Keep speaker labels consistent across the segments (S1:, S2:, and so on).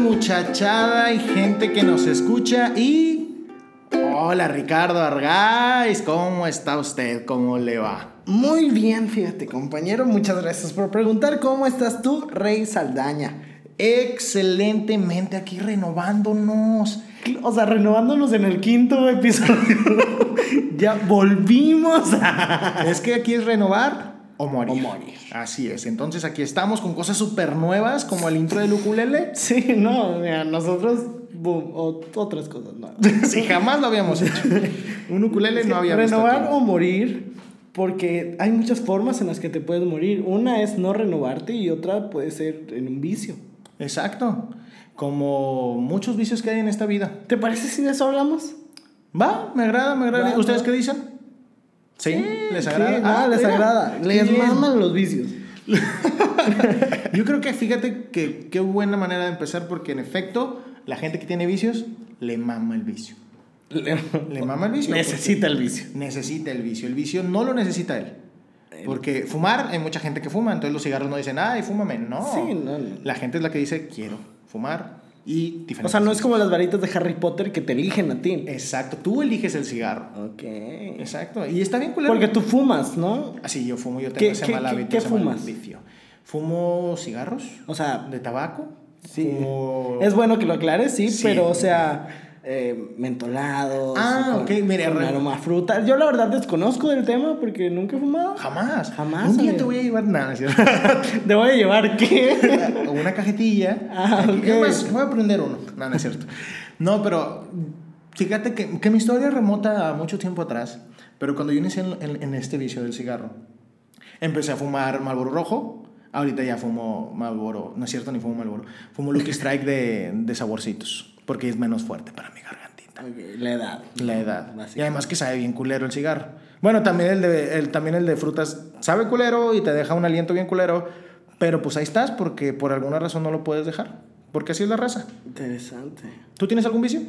S1: muchachada y gente que nos escucha y... Hola Ricardo Argáis, ¿cómo está usted? ¿Cómo le va?
S2: Muy bien, fíjate compañero, muchas gracias por preguntar cómo estás tú, Rey Saldaña.
S1: Excelentemente aquí renovándonos.
S2: O sea, renovándonos en el quinto episodio. ya volvimos. a-
S1: Es que aquí es renovar o morir.
S2: O morir.
S1: Así es. Entonces aquí estamos con cosas súper nuevas como el intro del ukulele.
S2: sí, no, mira, nosotros boom, o- otras cosas, no.
S1: Si jamás lo habíamos hecho. Un ukulele no había visto
S2: renovar
S1: aquí.
S2: o morir, porque hay muchas formas en las que te puedes morir. Una es no renovarte y otra puede ser en un vicio.
S1: Exacto. Como muchos vicios que hay en esta vida.
S2: ¿Te parece si de eso hablamos?
S1: Va, me agrada, me agrada.
S2: Va,
S1: ¿Ustedes
S2: va.
S1: qué dicen? Sí, les
S2: Sí,
S1: agrada.
S2: ah, les
S1: mira,
S2: agrada.
S1: qué
S2: Les
S1: bien.
S2: maman los vicios.
S1: Yo creo que fíjate que qué buena manera de empezar porque en efecto la gente que tiene vicios le mama el vicio. Le mama el vicio.
S2: Necesita el vicio.
S1: necesita el vicio. El vicio no lo necesita él. Porque fumar, hay mucha gente que fuma, entonces los cigarros no dicen, ay, fúmame. No.
S2: Sí, no, no.
S1: La gente es la que dice, quiero fumar y
S2: O
S1: diferentes
S2: sea, no es
S1: cosas.
S2: como las varitas de Harry Potter que te eligen a ti.
S1: Exacto, tú eliges el cigarro.
S2: Ok.
S1: Exacto, y está bien culero.
S2: Porque tú fumas, ¿no?
S1: Así yo fumo, yo tengo
S2: ¿Qué-
S1: ese
S2: qué-
S1: mal
S2: qué-
S1: hábito.
S2: qué
S1: ese mal
S2: fumas?
S1: vicio. Fumo cigarros
S2: O sea,
S1: de tabaco.
S2: sí.
S1: fumo-
S2: Es bueno que lo aclares, sí,
S1: Sí.
S2: pero o sea, eh, mentolados.
S1: Ah,
S2: con-
S1: ok, mira,
S2: con
S1: re-
S2: aroma a fruta. Yo la verdad desconozco del tema porque nunca he fumado.
S1: Jamás.
S2: Jamás,
S1: Un día
S2: amigo.
S1: te voy a llevar nada, ¿no es ¿cierto?
S2: Te voy a llevar qué?
S1: o una cajetilla.
S2: Ah,
S1: Aquí.
S2: ok.
S1: Es más, voy a aprender uno. No, no es cierto. No, pero fíjate que, que mi historia remota a mucho tiempo atrás. Pero cuando yo inicié en, en- en este vicio del cigarro, empecé a fumar Marlboro Rojo. Ahorita ya fumo Marlboro, no es cierto, ni fumo Marlboro. Fumo Lucky Strike de, de saborcitos, porque es menos fuerte para mi gargantita.
S2: Ok, la edad.
S1: La edad.
S2: Básicamente.
S1: Y además que sabe bien culero el cigarro. Bueno, también el de, el, también el de frutas sabe culero y te deja un aliento bien culero. Pero pues ahí estás porque por alguna razón no lo puedes dejar. Porque así es la raza.
S2: Interesante.
S1: ¿Tú tienes algún vicio?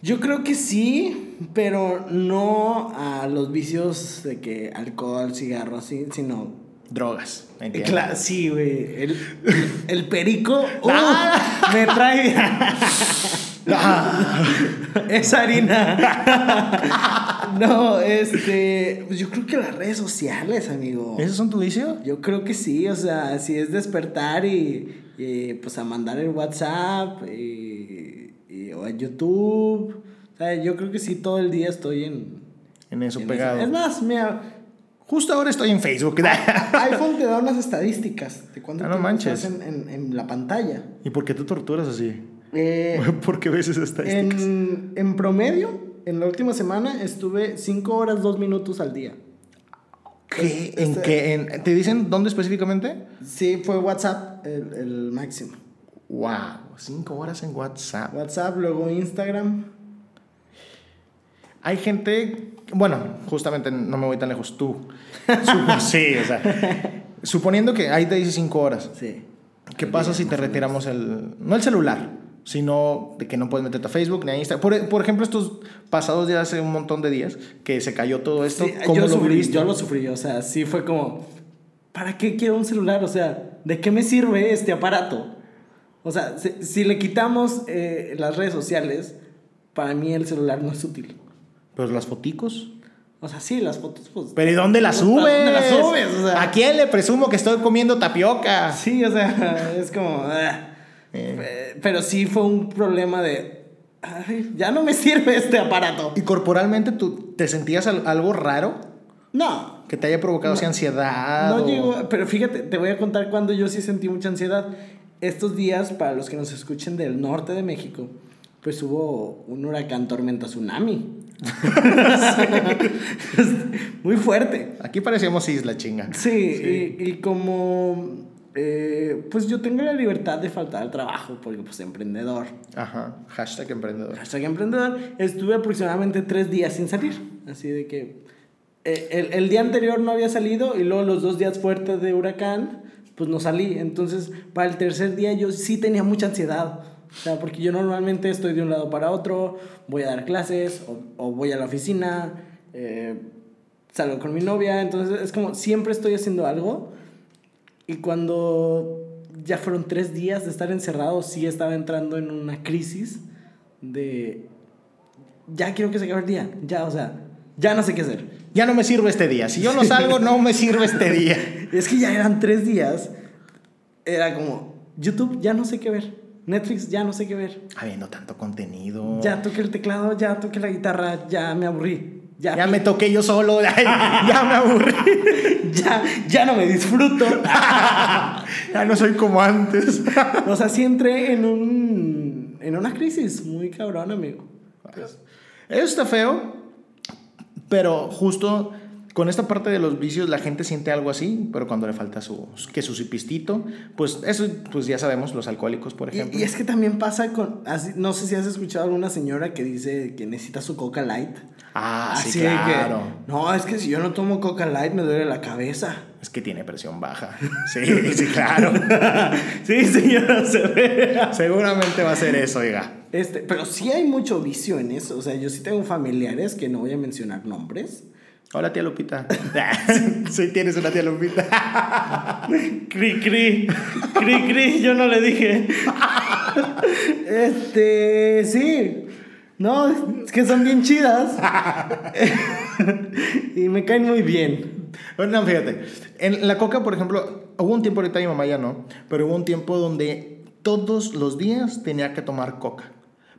S2: Yo creo que sí, pero no a los vicios de que alcohol, cigarro, así, sino
S1: Drogas. entiendo.
S2: Cla- sí, güey. El, el perico uh,
S1: Ah.
S2: me trae esa harina. no, este. pues Yo creo que las redes sociales, amigo.
S1: ¿Esos son tu vicio?
S2: Yo creo que sí, o sea, si es despertar y, y, pues a mandar el WhatsApp y, y- o a YouTube. O sea, yo creo que sí, todo el día estoy en.
S1: En eso
S2: en
S1: pegado.
S2: eso. Es más, mira,
S1: Justo ahora estoy en Facebook.
S2: iPhone te da unas estadísticas de cuánto
S1: Ah, no
S2: tiempo
S1: manches.
S2: estás en, en- en la pantalla.
S1: ¿Y por qué te torturas así?
S2: Eh,
S1: ¿Por qué ves esas estadísticas?
S2: en, en promedio, en la última semana estuve 5 horas 2 minutos al día.
S1: ¿Qué? ¿En
S2: este-
S1: qué? ¿En- ¿Te dicen dónde específicamente?
S2: Sí, fue WhatsApp el, el máximo.
S1: Wow, cinco horas en WhatsApp.
S2: WhatsApp, luego Instagram.
S1: Hay gente, bueno, justamente no me voy tan lejos, tú. Supo- sí, o sea, suponiendo que ahí te dice cinco horas,
S2: Sí.
S1: ¿qué pasa si te retiramos el, no el celular, sino de que no puedes meterte a Facebook ni a Instagram? Por, por ejemplo, estos pasados días, hace un montón de días, que se cayó todo esto,
S2: Sí,
S1: ¿cómo
S2: yo,
S1: lo
S2: sufrí,
S1: viviste?
S2: yo lo sufrí, o sea, sí fue como, ¿para qué quiero un celular? O sea, ¿de qué me sirve este aparato? O sea, si, si le quitamos eh, las redes sociales, para mí el celular no es útil.
S1: Pero las foticos.
S2: O sea, sí, las fotos, pues...
S1: ¿Pero y dónde las
S2: ¿Dónde
S1: subes?
S2: las subes? O sea.
S1: ¿A quién le presumo que estoy comiendo tapioca?
S2: Sí, o sea, es como... ah.
S1: Eh,
S2: Eh, Pero sí fue un problema de... "Ay, ya no me sirve este aparato.
S1: ¿Y corporalmente tú te sentías al- algo raro
S2: No,
S1: que te haya provocado así ansiedad?
S2: No
S1: o-
S2: llegó, pero fíjate, te voy a contar cuando yo sí sentí mucha ansiedad. Estos días, para los que nos escuchen del norte de México, pues hubo un huracán tormenta tsunami. Muy fuerte.
S1: Aquí parecíamos isla chinga.
S2: Sí, Y, y como eh, pues yo tengo la libertad de faltar al trabajo, porque pues emprendedor.
S1: Ajá. Hashtag emprendedor.
S2: Hashtag emprendedor, estuve aproximadamente tres días sin salir. Así de que eh, el, el día anterior no había salido y luego los dos días fuertes de huracán, pues no salí. Entonces, para el tercer día yo sí tenía mucha ansiedad. O sea, porque yo normalmente estoy de un lado para otro, voy a dar clases o, o voy a la oficina, eh, salgo con mi novia. Entonces, es como siempre estoy haciendo algo. Y cuando ya fueron tres días de estar encerrado, sí estaba entrando en una crisis de, ya quiero que se acabe el día, ya, o sea, ya no sé qué hacer.
S1: Ya no me sirve este día. Si yo no salgo, no me sirve este día.
S2: Es que ya eran tres días, era como, YouTube ya no sé qué ver, Netflix ya no sé qué ver,
S1: Habiendo tanto contenido.
S2: ya toqué el teclado, ya toqué la guitarra, ya me aburrí, ya,
S1: Ya me toqué yo solo. ay, ya me aburrí.
S2: ya, ya no me disfruto.
S1: Ya no soy como antes.
S2: O sea, sí entré en un. en una crisis muy cabrón, amigo.
S1: Eso está feo, pero justo con esta parte de los vicios la gente siente algo así, pero cuando le falta su que su cipistito, pues eso pues ya sabemos los alcohólicos, por ejemplo.
S2: Y, y es que también pasa con. así- no sé si has escuchado a alguna señora que dice que necesita su Coca Light.
S1: ah, sí,
S2: Así de que,
S1: claro.
S2: no, es que si yo no tomo Coca Light me duele la cabeza.
S1: Es que tiene presión baja. Sí, sí, claro.
S2: sí, señora, se ve.
S1: Seguramente va a ser eso, oiga.
S2: Este, pero sí hay mucho vicio en eso. O sea, yo sí tengo familiares que no voy a mencionar nombres.
S1: Hola, tía Lupita. sí, tienes una tía Lupita.
S2: Cri, cri, cri, cri, yo no le dije. Este, sí. No, es que son bien chidas. y me caen muy bien.
S1: Bueno, no, fíjate. En la coca, por ejemplo, hubo un tiempo, ahorita mi mamá ya no, pero hubo un tiempo donde todos los días tenía que tomar coca.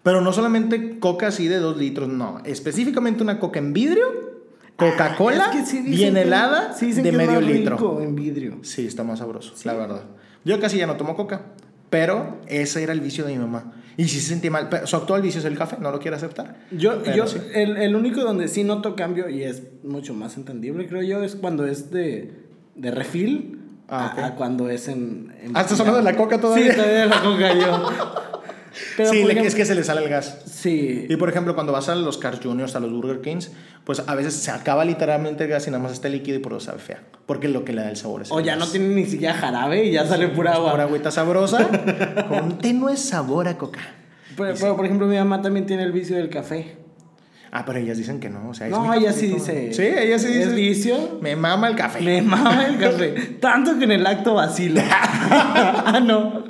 S1: Pero no solamente coca así de dos litros, no. Específicamente una coca en vidrio, Coca-Cola,
S2: Ah, Es que sí dicen
S1: bien
S2: que-
S1: helada,
S2: sí dicen
S1: de
S2: que es
S1: medio
S2: más
S1: litro.
S2: rico en vidrio.
S1: Sí, está más sabroso, la verdad. Yo casi ya no tomo coca, pero ese era el vicio de mi mamá. Y sí se sentía mal. Pero su actual vicio es el café, no lo quiere aceptar.
S2: Yo,
S1: Pero
S2: yo
S1: sí.
S2: el, el único donde sí noto cambio, y es mucho más entendible, creo yo, es cuando es de, de refil
S1: Ah,
S2: a-
S1: ok.
S2: a cuando es en. en
S1: Ah, ¿estás hablando de la coca todavía?
S2: Sí, todavía de la coca yo. Pero,
S1: sí,
S2: por
S1: le-
S2: ejemplo-
S1: es que se le sale el gas.
S2: Sí.
S1: Y pues, por ejemplo, cuando vas a los Cars Juniors, a los Burger Kings, pues a veces se acaba literalmente el gas y nada más está líquido y por eso sabe fea. Porque lo que le da el sabor es. el
S2: O ya
S1: gas.
S2: no tiene ni siquiera jarabe y
S1: pues,
S2: ya sale pura agua.
S1: Por agüita sabrosa, con un tenue sabor a coca.
S2: Pero, pero, por ejemplo, mi mamá también tiene el vicio del café.
S1: Ah, pero ellas dicen que no. O sea, es
S2: No,
S1: mi
S2: ella sí
S1: cafecito.
S2: dice.
S1: Sí, ella sí dice.
S2: Es vicio.
S1: Me mama el café.
S2: Me mama el café. Tanto que en el acto vacilo. ah, no.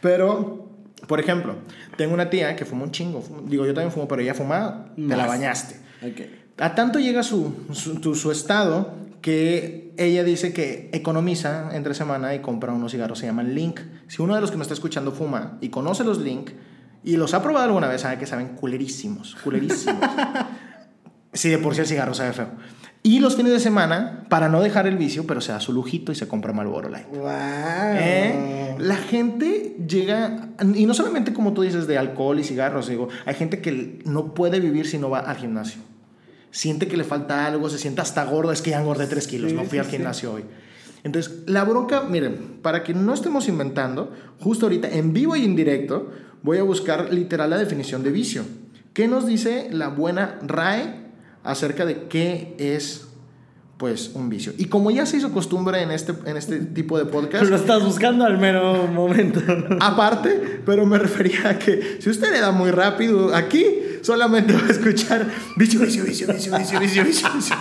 S1: Pero, por ejemplo, tengo una tía que fuma un chingo. Fuma- Digo, yo también fumo, pero ella fumaba, te la
S2: Más.
S1: bañaste.
S2: Ok.
S1: A tanto llega su, su, tu- su estado que ella dice que economiza entre semana y compra unos cigarros, se llaman Link. Si uno de los que me está escuchando fuma y conoce los Link y los ha probado alguna vez, sabe que saben culerísimos, culerísimos. si de por sí el cigarro sabe feo. Y los fines de semana, para no dejar el vicio, pero se da su lujito y se compra Marlboro Light.
S2: Wow.
S1: ¿Eh? La gente llega, y no solamente como tú dices de alcohol y cigarros, digo, hay gente que no puede vivir si no va al gimnasio. Siente que le falta algo, se siente hasta gordo, es que ya engordé 3 kilos,
S2: Sí,
S1: no fui
S2: sí,
S1: al
S2: sí.
S1: gimnasio hoy. Entonces, la bronca, miren, para que no estemos inventando, justo ahorita en vivo y en directo, voy a buscar literal la definición de vicio. ¿Qué nos dice la buena RAE acerca de qué es pues un vicio? Y como ya se hizo costumbre en este, en este tipo de podcast,
S2: Lo estás buscando al mero momento.
S1: aparte, pero me refería a que si usted le da muy rápido aquí, solamente va a escuchar vicio, vicio, vicio, vicio, vicio, vicio, vicio, vicio.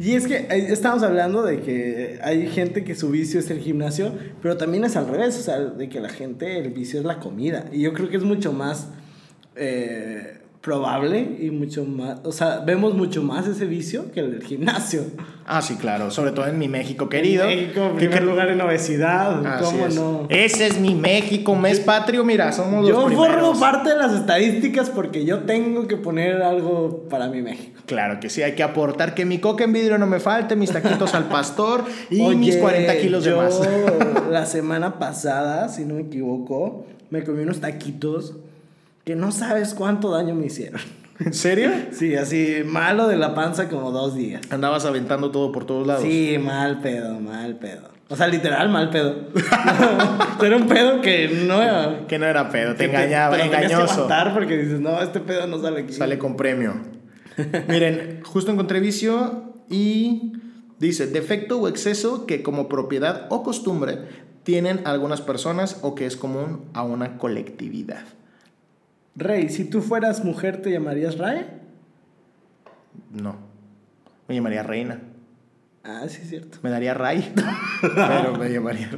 S2: Y es que eh, estamos hablando de que hay gente que su vicio es el gimnasio, pero también es al revés, o sea, de que la gente, el vicio es la comida. Y yo creo que es mucho más eh, probable y mucho más, o sea, vemos mucho más ese vicio que el del gimnasio.
S1: Ah, sí, claro, sobre todo en mi México querido.
S2: En México,
S1: que-
S2: primer
S1: que-
S2: lugar en obesidad,
S1: Así
S2: ¿cómo
S1: es.
S2: no?
S1: Ese es mi México, mes patrio, mira, somos los
S2: Yo formo
S1: primeros.
S2: parte de las estadísticas porque yo tengo que poner algo para mi México.
S1: Claro que sí, hay que aportar que mi coca en vidrio no me falte, mis taquitos al pastor y mis
S2: Oye,
S1: 40 kilos
S2: yo,
S1: de más.
S2: la semana pasada, si no me equivoco, me comí unos taquitos que no sabes cuánto daño me hicieron.
S1: ¿En serio?
S2: Sí, así malo de la panza como dos días.
S1: Andabas aventando todo por todos lados.
S2: Sí, mal pedo, mal pedo. O sea, literal, mal pedo. Era un pedo que no era.
S1: Que no era pedo, te
S2: que
S1: engañaba,
S2: pero tenías que
S1: engañoso.
S2: aguantar porque dices, no, este pedo no sale aquí.
S1: Sale con premio. Miren, justo encontré vicio y dice defecto o exceso que como propiedad o costumbre tienen algunas personas o que es común a una colectividad.
S2: Rey, si tú fueras mujer, ¿te llamarías Ray?
S1: No. Me llamaría reina.
S2: Ah, sí, es cierto.
S1: Me daría Ray, pero me llamaría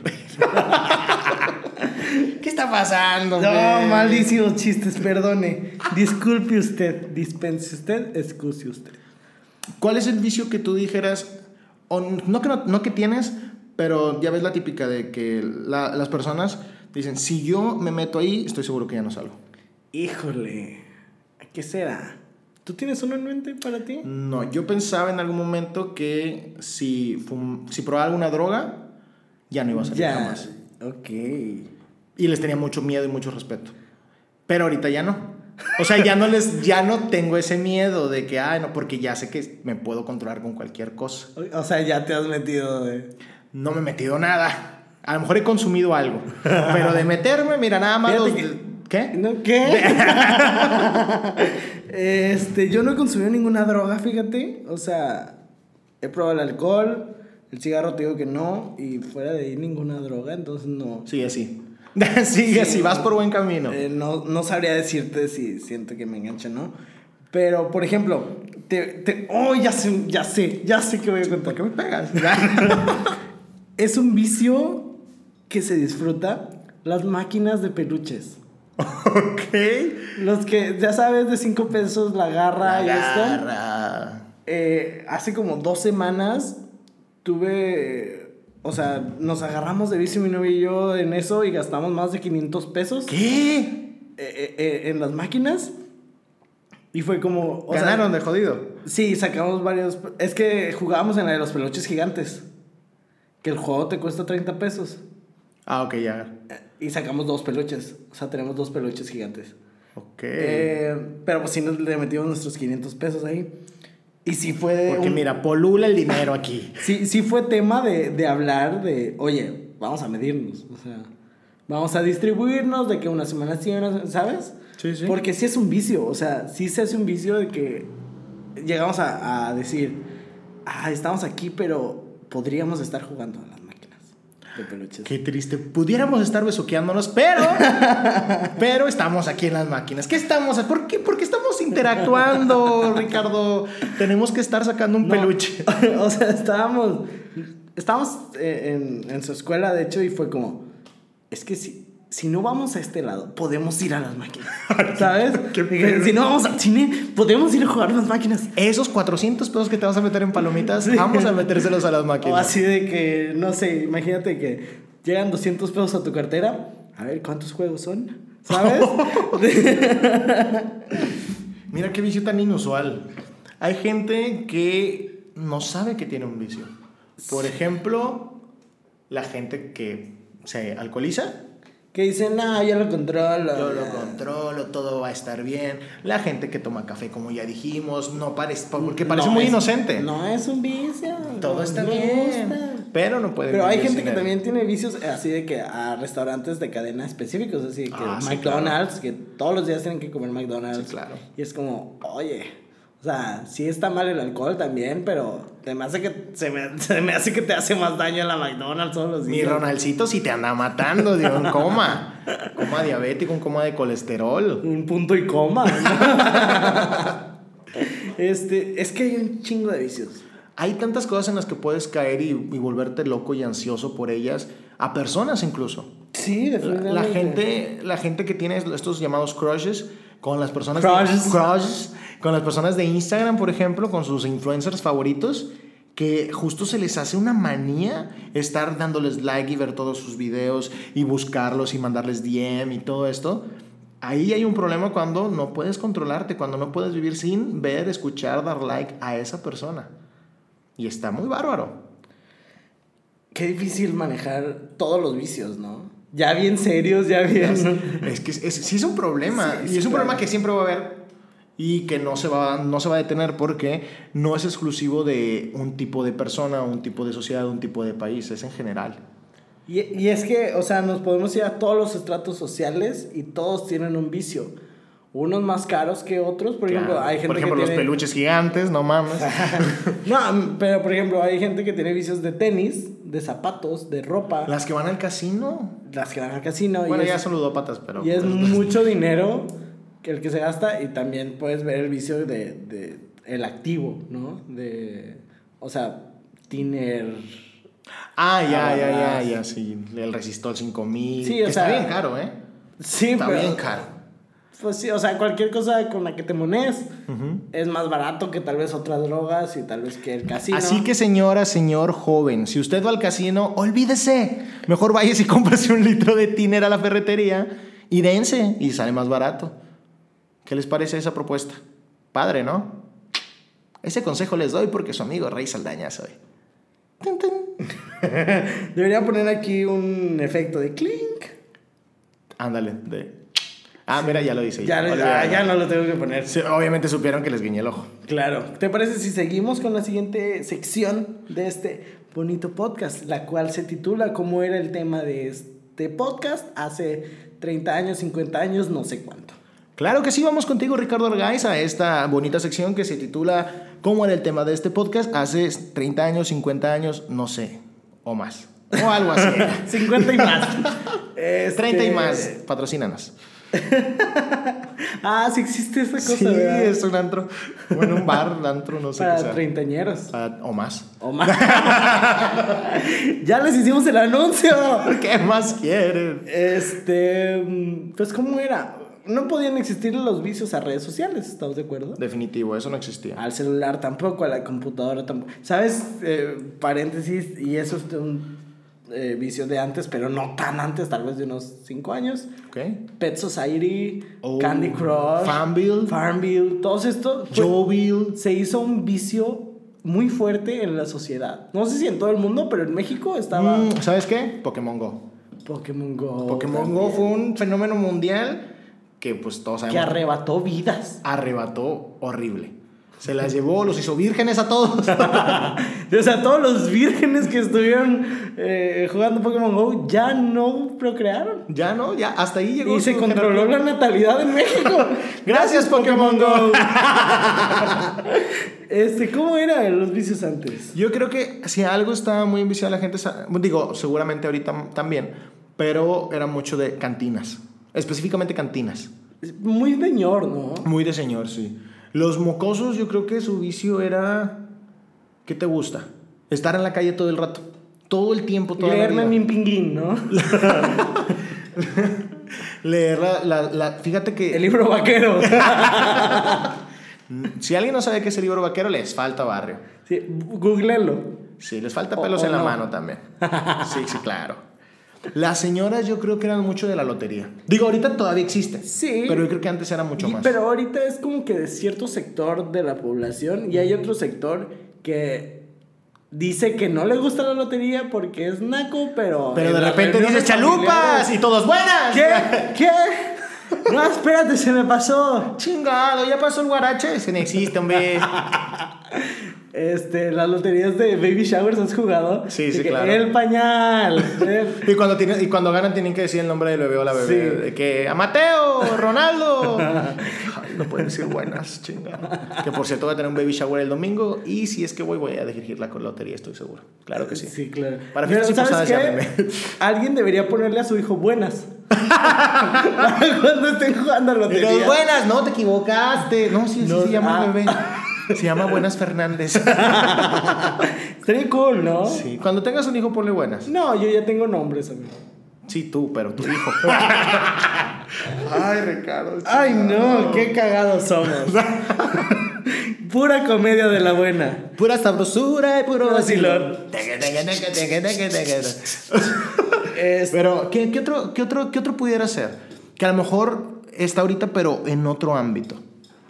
S1: Ray. ¿Qué está pasando?
S2: No,
S1: güey?
S2: malísimos chistes, perdone. Disculpe usted, dispense usted, excuse usted.
S1: ¿Cuál es el vicio que tú dijeras, o no que, no, no que tienes, pero ya ves la típica de que la- las personas dicen, si yo me meto ahí, estoy seguro que ya no salgo?
S2: Híjole, ¿qué será? ¿Tú tienes uno en mente para ti?
S1: No, yo pensaba en algún momento que si, fum- si probaba alguna droga, ya no iba a salir jamás.
S2: ok.
S1: Y les tenía mucho miedo y mucho respeto. Pero ahorita ya no. O sea, ya no les, ya no tengo ese miedo de que, ay, no, porque ya sé que me puedo controlar con cualquier cosa.
S2: O- O sea, ya te has metido de...
S1: No me he metido nada. A lo mejor he consumido algo. Pero de meterme, mira, nada más.
S2: Fíjate
S1: los-
S2: que-
S1: ¿Qué?
S2: ¿No qué? este, yo no he consumido ninguna droga, fíjate. O sea, he probado el alcohol, el cigarro te digo que no, y fuera de ahí ninguna droga, entonces no.
S1: Sigue así. Sigue así, vas por buen camino.
S2: Eh, no, no sabría decirte si siento que me engancha, ¿no? Pero, por ejemplo, te, te- oh, ya sé, ya sé, ya sé que voy a contar.
S1: ¿Por qué me pegas?
S2: Es un vicio que se disfruta las máquinas de peluches.
S1: ok.
S2: Los que, ya sabes, de 5 pesos la garra y esto.
S1: Agarra.
S2: Eh, hace como dos semanas tuve. eh, O sea, nos agarramos de vicio mi novio y yo en eso y gastamos más de 500 pesos eh,
S1: ¿Qué?
S2: eh, eh, en las máquinas. Y fue como. o sea,
S1: Ganaron de jodido.
S2: sí, sacamos varios. Es que jugábamos en la de los peluches gigantes. Que el juego te cuesta 30 pesos.
S1: Ah, ok, ya.
S2: Eh, Y sacamos dos peluches. O sea, tenemos dos peluches gigantes.
S1: Ok.
S2: Eh, pero pues sí nos le metimos nuestros 500 pesos ahí. Y sí fue de
S1: Porque
S2: un-
S1: mira, polula el dinero aquí.
S2: Sí, sí fue tema de, de hablar de, oye, vamos a medirnos, o sea, vamos a distribuirnos de que una semana sí, una se- ¿sabes?
S1: Sí, sí.
S2: Porque sí es un vicio, o sea, sí se hace un vicio de que llegamos a, a decir, ah, estamos aquí, pero podríamos estar jugando a las máquinas de peluches.
S1: Qué triste. Pudiéramos estar besuqueándonos, pero. pero estamos aquí en las máquinas. ¿Qué estamos? ¿Por qué? Porque estamos interactuando, Ricardo. Tenemos que estar sacando un
S2: No,
S1: peluche.
S2: o sea, estábamos. Estábamos eh, en, en su escuela, de hecho, y fue como. Es que si, si no vamos a este lado, podemos ir a las máquinas. ¿Sabes?
S1: Qué
S2: Dije,
S1: pedo.
S2: si no vamos al cine, podemos ir a jugar a las máquinas.
S1: Esos 400 pesos que te vas a meter en palomitas, vamos a metérselos a las
S2: O
S1: máquinas.
S2: Oh, así de que, no sé, imagínate que llegan 200 pesos a tu cartera. A ver, ¿cuántos juegos son? ¿Sabes?
S1: Mira qué vicio tan inusual. Hay gente que no sabe que tiene un vicio. Por ejemplo, la gente que se alcoholiza.
S2: que dicen, no, yo lo controlo.
S1: Yo lo controlo, todo va a estar bien. La gente que toma café, como ya dijimos, no parece, porque parece
S2: No
S1: muy
S2: es-
S1: inocente.
S2: No es un vicio.
S1: todo
S2: no
S1: está
S2: me
S1: bien.
S2: gusta.
S1: Pero no puede
S2: Pero hay
S1: vivir
S2: gente
S1: sin
S2: que
S1: él.
S2: también tiene vicios eh, así de que a restaurantes de cadena específicos, así de que
S1: Ah, sí,
S2: McDonald's, que todos los días tienen que comer McDonald's.
S1: Sí, claro.
S2: Y es como, oye, o sea, sí está mal el alcohol también, pero se me hace que, se me, se me hace que te hace más daño la McDonald's todos los
S1: Mi
S2: días.
S1: Ronaldcito si te anda matando, digo, un coma. Coma diabético, un coma de colesterol.
S2: Un punto y coma. ¿no? este, es que hay un chingo de vicios.
S1: Hay tantas cosas en las que puedes caer y, y volverte loco y ansioso por ellas, a personas incluso.
S2: Sí,
S1: La,
S2: definitivamente.
S1: la gente, la gente que tiene estos llamados crushes con las personas
S2: Crushes.
S1: De, crushes, con las personas de Instagram, por ejemplo, con sus influencers favoritos, que justo se les hace una manía estar dándoles like y ver todos sus videos y buscarlos y mandarles DM y todo esto. Ahí hay un problema cuando no puedes controlarte, cuando no puedes vivir sin ver, escuchar, dar like a esa persona. Y está muy bárbaro.
S2: Qué difícil manejar todos los vicios, ¿no? Ya bien serios, ya bien.
S1: Es que es, es- sí es un problema.
S2: Sí,
S1: y
S2: sí,
S1: es un
S2: claro.
S1: problema que siempre va a haber y que no se, va, no se va a detener porque no es exclusivo de un tipo de persona, un tipo de sociedad, un tipo de país, es en general.
S2: Y, y es que, o sea, nos podemos ir a todos los estratos sociales y todos tienen un vicio. Unos más caros que otros, por ejemplo,
S1: Claro.
S2: hay gente
S1: Por ejemplo,
S2: que
S1: los
S2: tiene...
S1: peluches gigantes, no mames.
S2: No, pero por ejemplo, hay gente que tiene vicios de tenis, de zapatos, de ropa, las,
S1: Las que van al casino.
S2: que van al casino.
S1: Bueno,
S2: y
S1: ya
S2: es,
S1: son ludópatas, pero... pues,
S2: y es mucho dinero que el que se gasta y también puedes ver el vicio de, de el activo, ¿no? De, o sea, tiner.
S1: Ah, ya, ya,
S2: Ah,
S1: ya,
S2: verdad.
S1: ya, sí. El resistol 5000.
S2: Sí,
S1: que
S2: o
S1: está
S2: sea,
S1: bien caro, ¿eh?
S2: Sí,
S1: Está
S2: pero-
S1: bien caro.
S2: Pues sí, o sea, cualquier cosa con la que te monees es más barato que tal vez otras drogas y tal vez que el casino.
S1: Así que señora, señor joven, si usted va al casino, olvídese. Mejor váyase y cómprese un litro de tiner a la ferretería y dense y sale más barato. ¿Qué les parece esa propuesta? Padre, ¿no? Ese consejo les doy porque su amigo Rey Saldaña soy. Tin, tin.
S2: Debería poner aquí un efecto de clink.
S1: Ándale. de- Ah, mira, ya lo hice.
S2: Ya, no-
S1: Olvídalo.
S2: ah, ya no lo tengo que poner.
S1: Sí, obviamente supieron que les guiñé el ojo.
S2: Claro. ¿Te parece si seguimos con la siguiente sección de este bonito podcast, la cual se titula ¿Cómo era el tema de este podcast hace 30 años, 50 años, no sé cuánto?
S1: Claro que sí, vamos contigo Ricardo Argáiz a esta bonita sección que se titula ¿Cómo era el tema de este podcast? Hace 30 años, 50 años, no sé, o más, o algo así.
S2: 50 y más. Este-
S1: 30 y más, patrocínanos.
S2: Ah, sí existe esa cosa,
S1: Sí,
S2: ¿verdad?
S1: es un antro, bueno, un bar, antro, no sé qué
S2: Para
S1: sea.
S2: treintañeros.
S1: Ah, o más.
S2: O más. ya les hicimos el anuncio.
S1: ¿Qué más quieren?
S2: Este, mm, pues cómo era. No podían existir los vicios a redes sociales, ¿estamos de acuerdo?
S1: Definitivo, eso no existía.
S2: Al celular tampoco, a la computadora tampoco. ¿Sabes? Eh, paréntesis, y eso es de un eh, vicio de antes, pero no tan antes, tal vez de unos 5 años.
S1: ¿Ok?
S2: Pet Society,
S1: Oh,
S2: Candy Crush,
S1: Farmville.
S2: Farmville, todos estos. pues, fue-
S1: Joville.
S2: se hizo un vicio muy fuerte en la sociedad. No sé si en todo el mundo, pero en México estaba
S1: Mm, ¿Sabes qué? Pokémon Go.
S2: Pokémon Go.
S1: Pokémon Go fue
S2: también,
S1: un fenómeno mundial que pues todos
S2: que
S1: sabemos
S2: arrebató vidas.
S1: arrebató horrible. Se las llevó, los hizo vírgenes a todos.
S2: O sea, todos los vírgenes que estuvieron eh, jugando Pokémon Go ya no procrearon.
S1: ya no, ya hasta ahí llegó.
S2: Y se
S1: su
S2: controló
S1: jerarquía.
S2: la natalidad en México.
S1: Gracias Pokémon Go.
S2: Este, ¿cómo eran los vicios antes?
S1: Yo creo que si algo estaba muy enviciado la gente, sa- digo, seguramente ahorita también, pero era mucho de cantinas, específicamente cantinas.
S2: Muy de ñor, ¿no?
S1: Muy de señor, sí. Los mocosos, yo creo que su vicio era ¿qué te gusta? Estar en la calle todo el rato, todo el tiempo, toda la
S2: Leerme
S1: vida.
S2: mi pinguín, ¿no?
S1: Leer la, la- la- fíjate que
S2: El libro vaquero.
S1: si alguien no sabe qué es el libro vaquero, les falta barrio.
S2: Sí, googleenlo.
S1: Sí, les falta
S2: O-
S1: pelos
S2: o
S1: en la
S2: no.
S1: mano también. Sí, sí, claro. Las señoras yo creo que eran mucho de la lotería. Digo, ahorita todavía existe.
S2: Sí.
S1: Pero yo creo que antes era mucho
S2: Y-
S1: más.
S2: Pero ahorita es como que de cierto sector de la población y hay otro sector que dice que no le gusta la lotería porque es naco, pero...
S1: Pero
S2: en
S1: de
S2: las
S1: repente dices
S2: reuniones
S1: chalupas y todos buenas.
S2: familiares- ¿Qué? ¿Qué? No, espérate, se me pasó.
S1: Chingado, ya pasó el guarache. Ese no existe, hombre.
S2: Este, las loterías de baby showers has jugado.
S1: Sí,
S2: De
S1: sí,
S2: que
S1: claro.
S2: El pañal. el-
S1: Y cuando, tiene- y cuando ganan tienen que decir el nombre del bebé o la bebé.
S2: Sí.
S1: De que a Mateo, Ronaldo. Ay, no pueden decir buenas, chingado. Que por cierto voy a tener un baby shower el domingo. Y si es que voy, voy a dirigir la lotería, estoy seguro. Claro que
S2: Sí, claro.
S1: Para
S2: Pero,
S1: fiestas y
S2: ¿sabes
S1: posadas,
S2: qué? Alguien debería ponerle a su hijo buenas. Para cuando estén jugando a
S1: Pero
S2: lotería.
S1: buenas, no, te equivocaste. No, sí, sí,
S2: No,
S1: se llama
S2: ah.
S1: bebé. Se llama Buenas Fernández.
S2: Estaría cool, ¿no?
S1: Sí, cuando tengas un hijo, ponle buenas.
S2: No, yo ya tengo nombres, amigo.
S1: Sí, tú, pero tu hijo. Ay, Ricardo.
S2: Ay, no, qué cagados somos. Pura comedia de la buena.
S1: Pura sabrosura y puro
S2: Puro
S1: vacilón.
S2: vacilón. Es-
S1: Pero, ¿qué, qué otro, qué, otro, ¿qué otro pudiera ser? Que a lo mejor está ahorita, pero en otro ámbito.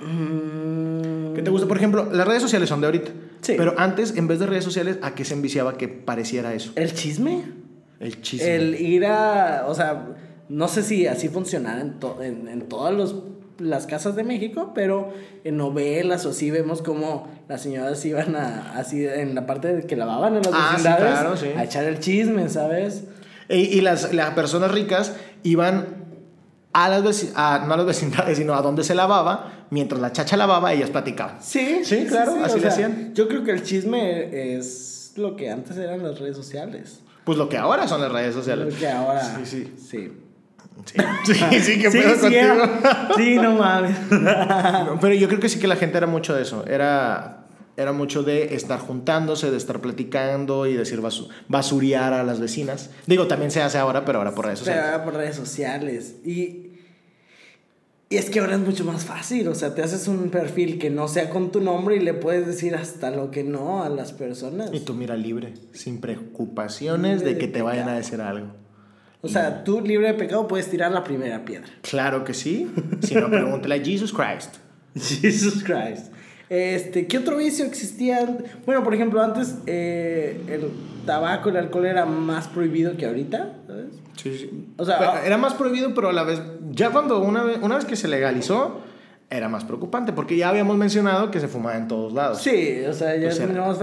S2: mm,
S1: ¿Qué te gusta? Por ejemplo, las redes sociales son de ahorita.
S2: Sí.
S1: Pero antes, en vez de redes sociales, ¿a qué se enviciaba que pareciera eso?
S2: ¿El chisme?
S1: El chisme.
S2: El ir a. O sea, no sé si así funcionaba en, to- en, en todas los- las casas de México, pero en novelas o así vemos como las señoras iban a, así en la parte de que lavaban en las
S1: Ah, sí,
S2: vecindades
S1: claro, sí.
S2: a echar el chisme, ¿sabes?
S1: E- y las, las personas ricas iban a las, veci- a- no a las vecindades, sino a donde se lavaba. Mientras la chacha lavaba, ellas platicaban.
S2: Sí,
S1: Sí, claro, así
S2: o
S1: le
S2: sea,
S1: hacían.
S2: Yo creo que el chisme es lo que antes eran las redes sociales.
S1: Pues lo que ahora son las redes sociales.
S2: Lo que ahora.
S1: Sí, sí.
S2: Sí.
S1: Sí, sí, sí, qué
S2: Sí,
S1: pedo
S2: sí,
S1: contigo.
S2: era. Sí, no mames.
S1: Pero yo creo que sí que la gente era mucho de eso. Era Era mucho de estar juntándose, de estar platicando y decir basu- basurear a las vecinas. Digo, también se hace ahora, pero ahora por redes
S2: Pero
S1: sociales.
S2: ahora por redes sociales. Y, y es que ahora es mucho más fácil. O sea, te haces un perfil que no sea con tu nombre y le puedes decir hasta lo que no a las personas.
S1: Y tú mira libre, sin preocupaciones
S2: Libre
S1: de
S2: de
S1: que te vayan a
S2: pecado.
S1: decir algo.
S2: O sea, tú libre de pecado puedes tirar la primera piedra.
S1: Claro que sí. Si no, pregúntale a Jesus Christ.
S2: Jesus Christ. Este, ¿qué otro vicio existía? an- Bueno, por ejemplo, antes eh, el tabaco, el alcohol era más prohibido que ahorita, ¿sabes?
S1: Sí, sí.
S2: O sea,
S1: Pero
S2: ah-
S1: era más prohibido, pero a la vez, ya cuando una vez, una vez que se legalizó, era más preocupante, porque ya habíamos mencionado que se fumaba en todos lados.
S2: Sí, o sea, ya
S1: O sea-
S2: tenemos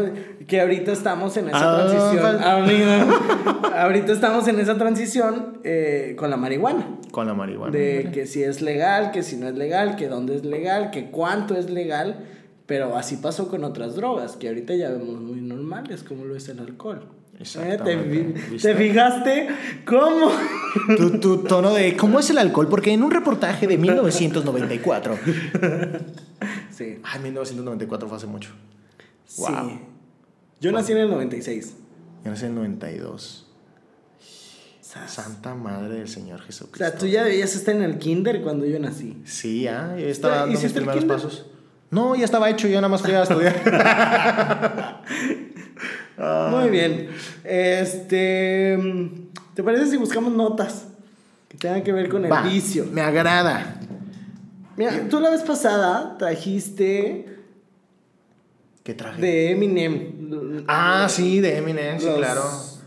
S2: que ahorita estamos en esa
S1: Ah,
S2: transición.
S1: pues-
S2: Ahorita, ahorita estamos en esa transición eh, con la marihuana.
S1: Con la marihuana.
S2: De que si es legal, que si no es legal, que dónde es legal, que cuánto es legal. Pero así pasó con otras drogas, que ahorita ya vemos muy normales, como lo es el alcohol. Eh, ¿Te, fi-
S1: Exactamente. ¿Viste?
S2: te fijaste cómo?
S1: Tu, tu tono de cómo es el alcohol, porque en un reportaje de 1994.
S2: Sí.
S1: Ay, 1994 fue hace mucho. Wow.
S2: sí. Yo nací en el 96.
S1: Yo nací en el 92.
S2: Sas.
S1: Santa madre del Señor
S2: O
S1: Jesucristo.
S2: sea, tú ya debías estar en el kinder cuando yo nací.
S1: Sí, ya, yo estaba dando mis
S2: ¿Hiciste el
S1: primeros
S2: kinder?
S1: pasos. No, ya estaba hecho, yo nada más fui a estudiar. Ah.
S2: Muy bien. Este. ¿Te parece si buscamos notas que tengan que ver con el
S1: Va,
S2: vicio?
S1: Me agrada.
S2: Mira, tú la vez pasada trajiste
S1: ¿Qué traje?
S2: de Eminem.
S1: Ah, sí, de Eminem, sí,
S2: Los-
S1: claro.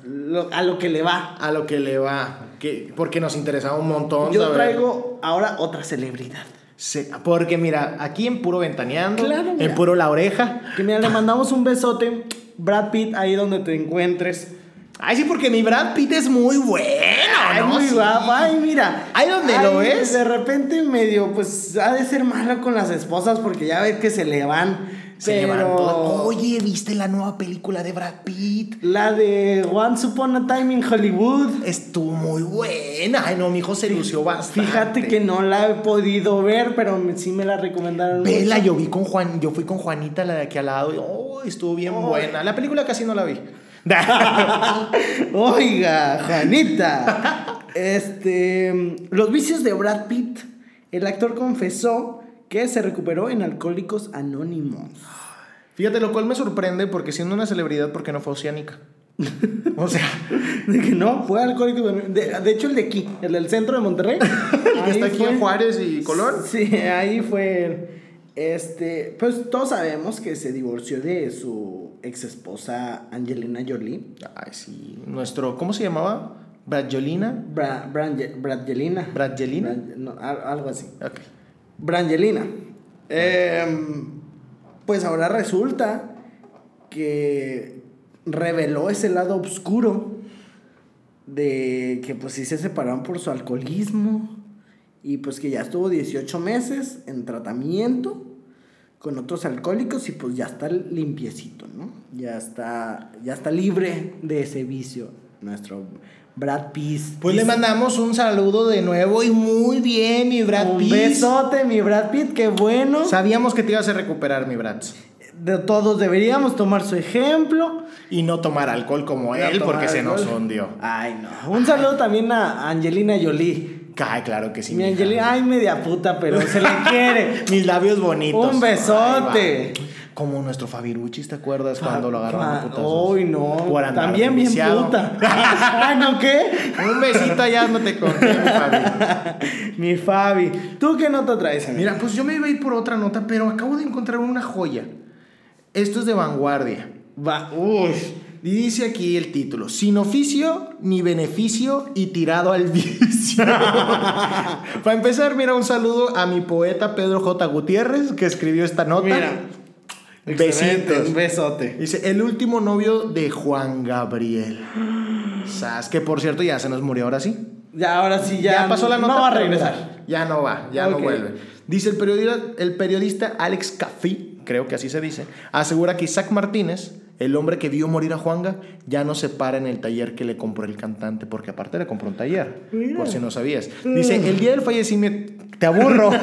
S2: lo- a lo que le va.
S1: A lo que le va. Que, porque nos interesaba un montón.
S2: Yo
S1: saber.
S2: traigo ahora otra celebridad.
S1: Sí, porque mira, aquí en puro ventaneando,
S2: Claro, mira.
S1: en puro la oreja.
S2: Que mira, le mandamos un besote. Brad Pitt, ahí donde te encuentres.
S1: Ay, sí, porque mi Brad Pitt es muy bueno.
S2: Ay,
S1: Ah, ¿no?
S2: muy
S1: Sí.
S2: guapa. Ay, mira.
S1: Ahí donde lo
S2: Ay,
S1: ves.
S2: De repente medio, pues, ha de ser malo con las esposas porque ya ves que se le van.
S1: Se
S2: pero...
S1: levantó. Oye, ¿viste la nueva película de Brad Pitt?
S2: La de Once Upon a Time in Hollywood.
S1: Estuvo muy buena. Ay, no, mi hijo se lució bastante.
S2: Fíjate que no la he podido ver, pero me- sí me la recomendaron.
S1: Vela, yo vi con Juan, yo fui con Juanita, la de aquí al lado, y oh, estuvo bien
S2: Oh.
S1: buena. La película casi no la vi.
S2: Oiga, Juanita. Este, los vicios de Brad Pitt. El actor confesó que se recuperó en Alcohólicos Anónimos.
S1: Fíjate, lo cual me sorprende porque siendo una celebridad, ¿por qué no fue oceánica? O sea,
S2: De que no, fue Alcohólicos Anónimos. De, de hecho, el de aquí, el del centro de Monterrey.
S1: el que
S2: Ahí
S1: está aquí
S2: fue.
S1: en Juárez y Colón.
S2: Sí, ahí fue. Este, pues todos sabemos que se divorció de su ex esposa Angelina Jolie.
S1: Ay, sí. Nuestro, ¿cómo se llamaba? Bradjolina.
S2: Bra, Brange- Brangelina.
S1: Bradgelina.
S2: Bran- no, al- algo así.
S1: Ok.
S2: Brangelina.
S1: Ah.
S2: Em, pues ahora resulta que reveló ese lado oscuro de que pues sí se separaron por su alcoholismo y pues que ya estuvo 18 meses en tratamiento con otros alcohólicos y pues ya está limpiecito, ¿no? Ya está, ya está libre de ese vicio nuestro Brad Pitt.
S1: Pues le mandamos un saludo de nuevo y muy bien, mi Brad
S2: un
S1: Pitt.
S2: besote, mi Brad Pitt, qué bueno.
S1: Sabíamos que te ibas a recuperar, mi Brad.
S2: De todos deberíamos tomar su ejemplo.
S1: Y no tomar alcohol como
S2: Voy a
S1: él
S2: tomar
S1: porque se nos
S2: alcohol.
S1: hundió.
S2: Ay, no. Un saludo también a Angelina Jolie.
S1: Ay, claro que sí.
S2: Mi
S1: mija.
S2: Angelina, ay, media puta, pero se le quiere.
S1: Mis labios bonitos.
S2: Un besote.
S1: Ay, va. Como nuestro Fabiruchis, ¿te acuerdas cuando lo agarró a
S2: Ah,
S1: putazos?
S2: Ay, no.
S1: Por andar
S2: también bien
S1: viciado.
S2: puta. ay, no, ¿qué?
S1: Un besito allá no te conté, mi Fabi.
S2: Mi Fabi. ¿Tú qué nota traes, amigo?
S1: Mira, pues yo me iba a ir por otra nota, pero acabo de encontrar una joya. Esto es de vanguardia.
S2: Va. Uy.
S1: Y dice aquí el título: Sin oficio ni beneficio y tirado al vicio. Para empezar, mira, un saludo a mi poeta Pedro J. Gutiérrez, que escribió esta nota.
S2: Mira. Excelente,
S1: Besitos.
S2: Un besote.
S1: Dice, el último novio de Juan Gabriel. Sas, que por cierto ya se nos murió ahora sí.
S2: Ya, ahora sí, ya.
S1: Ya, pasó la nota.
S2: No va a
S1: pero
S2: regresar.
S1: Ya no va, ya
S2: Ok.
S1: no vuelve. Dice el periodista, el periodista Alex Caffey, creo que así se dice, asegura que Isaac Martínez, el hombre que vio morir a Juanga, ya no se para en el taller que le compró el cantante, porque aparte le compró un taller,
S2: Mira. Mm.
S1: por si no sabías. Dice, el día del fallecimiento, te aburro.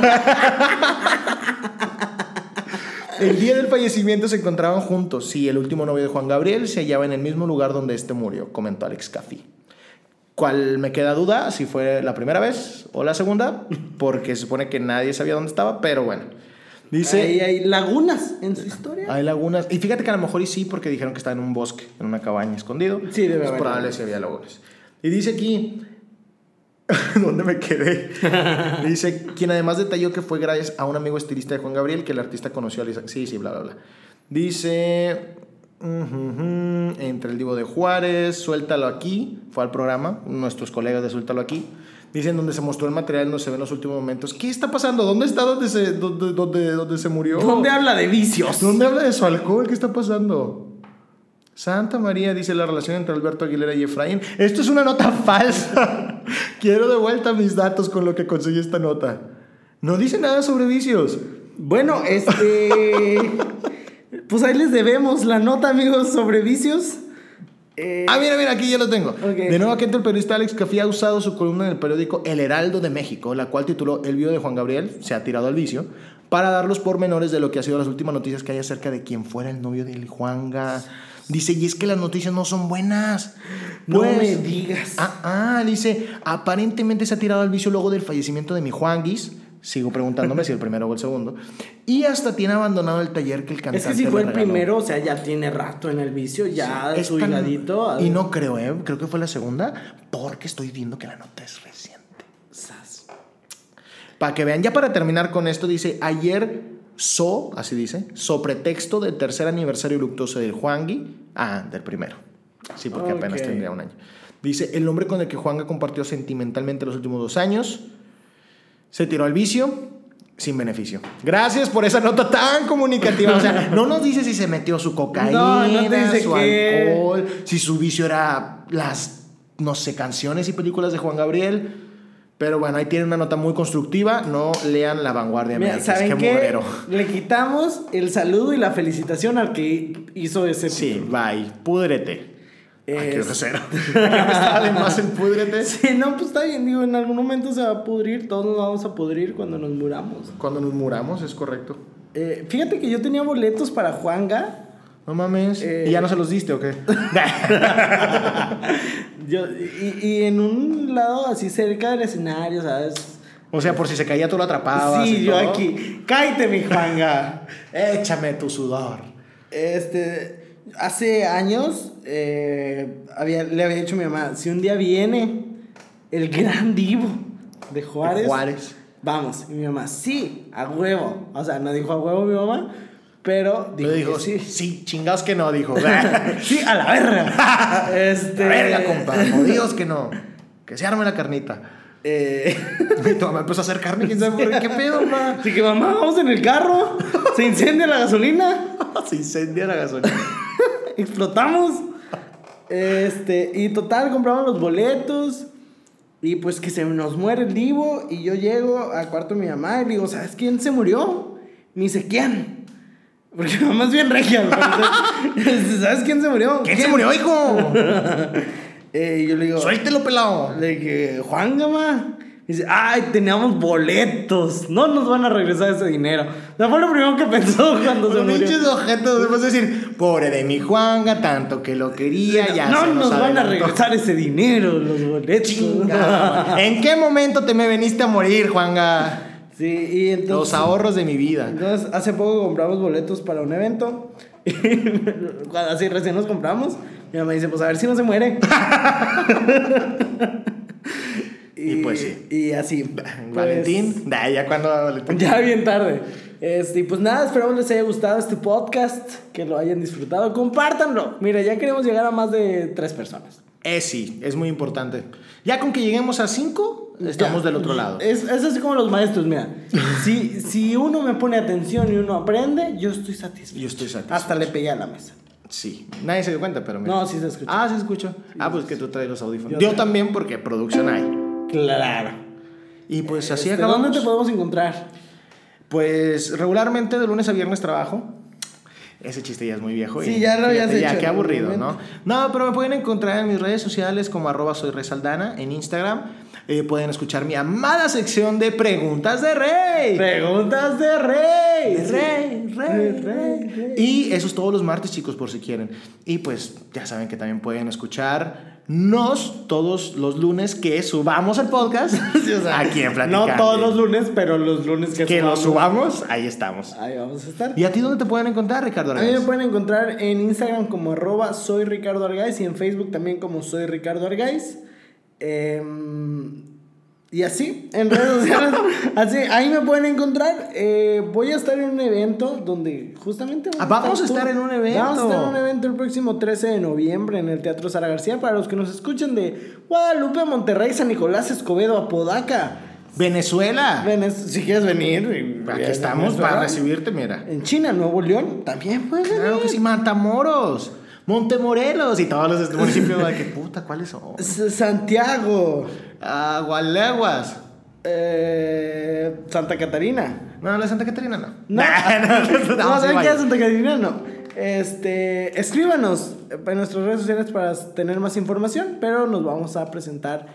S1: El día del fallecimiento se encontraban juntos. Sí, el último novio de Juan Gabriel se hallaba en el mismo lugar donde este murió, comentó Alex Caffey. Cual me queda duda si fue la primera vez o la segunda, porque se supone que nadie sabía dónde estaba, pero bueno. Dice,
S2: Ahí hay lagunas en su historia.
S1: hay lagunas. Y fíjate que a lo mejor y sí, porque dijeron que está en un bosque, en una cabaña escondido.
S2: Sí, debe
S1: Es
S2: haber
S1: probable
S2: lagunas.
S1: si había lagunas. Y dice aquí. ¿Dónde me quedé? Dice, quien además detalló que fue gracias a un amigo estilista de Juan Gabriel que el artista conoció al Isaac. Sí, sí, bla, bla, bla. Dice. ujujú, entre el Divo de Juárez, Suéltalo aquí, fue al programa, nuestros colegas de Suéltalo aquí. Dicen donde se mostró el material, no se ven los últimos momentos. ¿Qué está pasando? ¿Dónde está donde se, donde, donde, donde se murió?
S2: ¿Dónde habla de vicios?
S1: ¿Dónde habla de su alcohol? ¿Qué está pasando? Santa María dice la relación entre Alberto Aguilera y Efraín. Esto es una nota falsa. Quiero de vuelta mis datos con lo que conseguí esta nota. No dice nada sobre vicios.
S2: Bueno, este. pues ahí les debemos la nota, amigos, sobre vicios. Eh,
S1: Ah, mira, mira, aquí ya lo tengo.
S2: Ok.
S1: De nuevo, aquí el periodista Alex Café ha usado su columna en el periódico El Heraldo de México, la cual tituló El video de Juan Gabriel, se ha tirado al vicio, para dar los pormenores de lo que ha sido las últimas noticias que hay acerca de quién fuera el novio del Juanga. Dice, y es que las noticias no son buenas.
S2: no
S1: Pues-
S2: me digas.
S1: Ah, ah, dice, aparentemente se ha tirado al vicio luego del fallecimiento de mi Juanguis. Sigo preguntándome si el primero o el segundo. Y hasta tiene abandonado el taller que el cantante
S2: es que si
S1: le
S2: fue el
S1: regaló.
S2: primero, o sea, ya tiene rato en el vicio, ya
S1: Es
S2: su
S1: tan-
S2: higadito. ah,
S1: Y no creo, ¿eh? Creo que fue la segunda, porque estoy viendo que la nota es reciente.
S2: sas.
S1: Para que vean, ya para terminar con esto, dice, ayer, so, así dice, so pretexto del tercer aniversario luctuoso del Juangui, ah, del primero. Sí, porque apenas
S2: Ok.
S1: tendría un año. Dice, el hombre con el que Juanga compartió sentimentalmente los últimos dos años, se tiró al vicio sin beneficio. Gracias por esa nota tan comunicativa. O sea, no nos dice si se metió su cocaína,
S2: No, no te dice
S1: su
S2: qué.
S1: alcohol, si su vicio era las, no sé, canciones y películas de Juan Gabriel. Pero bueno, ahí tiene una nota muy constructiva. No lean La Vanguardia.
S2: Mira,
S1: MX,
S2: ¿saben
S1: qué?
S2: qué?
S1: mugrero.
S2: Le quitamos el saludo y la felicitación al que hizo ese.
S1: Sí, bye. Púdrete. Ay, qué
S2: Es-
S1: grosero. Creo que sale más el púdrete.
S2: Sí, no, pues está bien, digo, en algún momento se va a pudrir, todos nos vamos a pudrir cuando nos muramos.
S1: Cuando nos muramos, es correcto.
S2: Eh, fíjate que yo tenía boletos para Juanga.
S1: No mames.
S2: Eh.
S1: ¿Y ya no se los diste o qué?
S2: Yo, y, y en un lado así cerca del escenario, ¿sabes?
S1: O sea, por si se caía, tú lo atrapabas.
S2: sí,
S1: Ah, y
S2: yo
S1: todo.
S2: aquí. Cállate, mi Juanga.
S1: Échame tu sudor.
S2: este, hace años eh, había, le había dicho a mi mamá, si un día viene el gran divo de Juárez.
S1: Juárez.
S2: Vamos, y mi mamá, sí, a huevo. O sea, no dijo a huevo mi mamá, pero dijo,
S1: Yo digo,
S2: que
S1: sí,
S2: sí.
S1: sí, chingados que no, dijo.
S2: sí, a la verga. este,
S1: La verga, compa. Dios que no. Que se arme la carnita.
S2: Eh,
S1: Y tu mamá empezó a hacer carne, quién sabe por qué. ¿Qué pedo, ma?
S2: así que mamá, vamos en el carro. Se incendia la gasolina.
S1: Se incendia la gasolina.
S2: Explotamos. Este, y total, compramos los boletos. Y pues que se nos muere el divo. Y yo llego al cuarto de mi mamá y le digo, ¿sabes quién se murió? Me dice, ¿quién? Porque mi mamá es bien regia. al parecer. ¿Sabes quién se murió?
S1: ¿Quién se murió, hijo?
S2: Eh, y yo le digo,
S1: Suéltelo, pelado.
S2: Le dije, Juan Gama. Dice, ay, teníamos boletos. No nos van a regresar ese dinero. O sea, fue lo primero que pensó cuando se
S1: Los
S2: murió.
S1: pinches ojetos. Después de decir, pobre de mi Juanga, tanto que lo quería, ya
S2: no
S1: se
S2: nos van a
S1: adelantó".
S2: regresar ese dinero, los boletos.
S1: Chingada, ma. ¿En qué momento te me veniste a morir, Juanga?
S2: sí, y
S1: Los
S2: entonces,
S1: ahorros de mi vida.
S2: entonces, hace poco compramos boletos para un evento. Cuando así recién los compramos, mi mamá dice, pues a ver si no se muere.
S1: Y pues sí.
S2: Y así.
S1: Valentín. Nah, ya cuando va Valentín.
S2: Ya bien tarde. Este, y pues nada, esperamos les haya gustado este podcast, que lo hayan disfrutado. Compártanlo. Mira, ya queremos llegar a más de tres personas.
S1: Eh, sí, es muy importante. Ya con que lleguemos a 5, estamos
S2: Ya.
S1: del otro lado.
S2: Es, es así como los maestros, mira. si, si uno me pone atención y uno aprende, yo estoy satisfecho.
S1: Yo estoy satisfecho.
S2: Hasta le pegué a la mesa.
S1: Sí, nadie se dio cuenta, pero mira.
S2: No, sí se escuchó.
S1: Ah, se escucha. Ah, pues que tú traes los audífonos.
S2: Yo
S1: Yo
S2: traigo.
S1: también porque producción hay.
S2: Claro.
S1: Y pues así
S2: Este,
S1: acabamos.
S2: ¿Dónde te podemos encontrar?
S1: Pues regularmente de lunes a viernes trabajo. Ese chiste ya es muy viejo. y
S2: Sí, ya lo habías
S1: fíjate,
S2: hecho
S1: Ya, qué
S2: en algún
S1: aburrido, ¿no? No, pero me pueden encontrar en mis redes sociales como arroba soy resaldana en Instagram. Eh, pueden escuchar mi amada sección de preguntas de rey.
S2: Preguntas de Rey.
S1: De Rey, Rey. rey, rey, rey. Y eso es todos los martes, chicos, por si quieren. Y pues ya saben que también pueden escuchar nos todos los lunes que subamos el podcast
S2: Sí, o sea,
S1: aquí en Platicando.
S2: No todos los lunes, pero los lunes que,
S1: que lo
S2: subamos.
S1: subamos, ahí estamos.
S2: Ahí vamos a estar.
S1: ¿Y a ti dónde te pueden encontrar, Ricardo?
S2: A mí me
S1: Argaez?
S2: pueden encontrar en Instagram como arroba soy Ricardo Argáiz y en Facebook también como soy Ricardo Argáiz. Em, y así, en redes sociales. así, ahí me pueden encontrar. Eh, voy a estar en un evento donde justamente...
S1: Ah, vamos a estar en un evento.
S2: Vamos a estar en un evento el próximo 13 de noviembre en el Teatro Sara García para los que nos escuchen de Guadalupe, Monterrey, San Nicolás, Escobedo, Apodaca.
S1: Venezuela.
S2: Ven, si quieres venir,
S1: Aquí estamos para recibirte, mira.
S2: En China, Nuevo León, también puedes venir.
S1: Claro que sí, Matamoros, Montemorelos y todos los municipios. de este que puta, ¿cuáles son? Ah,
S2: S- Santiago,
S1: Agualeguas.
S2: eh, Santa Catarina.
S1: No, la Santa Catarina no.
S2: No,
S1: no, no,
S2: no,
S1: sí,
S2: ¿saben qué
S1: vaya.
S2: es Santa Catarina? No. Este, escríbanos en nuestras redes sociales para tener más información, pero nos vamos a presentar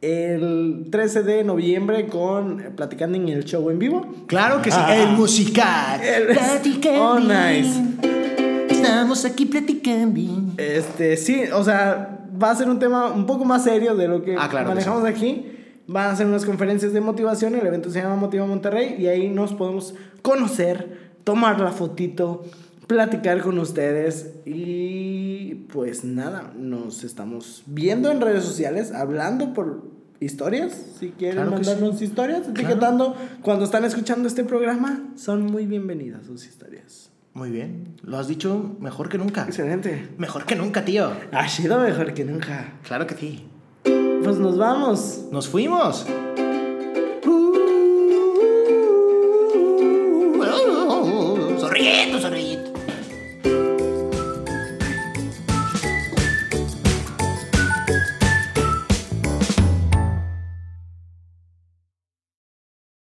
S2: el 13 de noviembre con eh, Platicando en el show en vivo.
S1: Claro que sí,
S2: Ah.
S1: el musical.
S2: El- Oh, nice.
S1: Estamos aquí platicando.
S2: Este, sí, o sea, va a ser un tema un poco más serio de lo que
S1: Ah, claro que
S2: manejamos aquí. Van a ser unas conferencias de motivación, el evento se llama Motiva Monterrey y ahí nos podemos conocer, tomar la fotito, platicar con ustedes y pues nada, nos estamos viendo en redes sociales, hablando por historias, si quieren
S1: Claro que sí.
S2: mandarnos historias, etiquetando cuando están escuchando este programa, son muy bienvenidas sus historias.
S1: Muy bien, lo has dicho mejor que nunca.
S2: Excelente.
S1: Mejor que nunca, tío.
S2: Ha sido mejor que nunca.
S1: Claro que sí.
S2: Pues nos vamos.
S1: Nos fuimos.